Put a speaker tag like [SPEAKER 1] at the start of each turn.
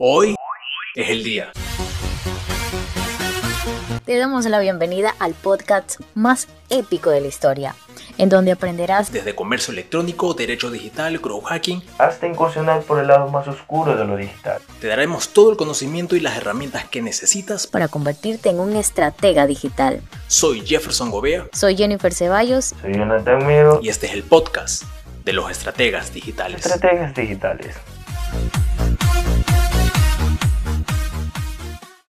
[SPEAKER 1] Hoy es el día.
[SPEAKER 2] Te damos la bienvenida al podcast más épico de la historia, en donde aprenderás
[SPEAKER 1] Desde comercio electrónico, derecho digital, crowdhacking,
[SPEAKER 3] hasta incursionar por el lado más oscuro de lo digital.
[SPEAKER 1] te daremos todo el conocimiento y las herramientas que necesitas.
[SPEAKER 2] para convertirte en un estratega digital.
[SPEAKER 1] Soy Jefferson Gobea
[SPEAKER 2] Soy Jennifer Ceballos
[SPEAKER 3] Soy Jonathan Miro,
[SPEAKER 1] y este es el podcast de los estrategas digitales.
[SPEAKER 3] Estrategias Digitales.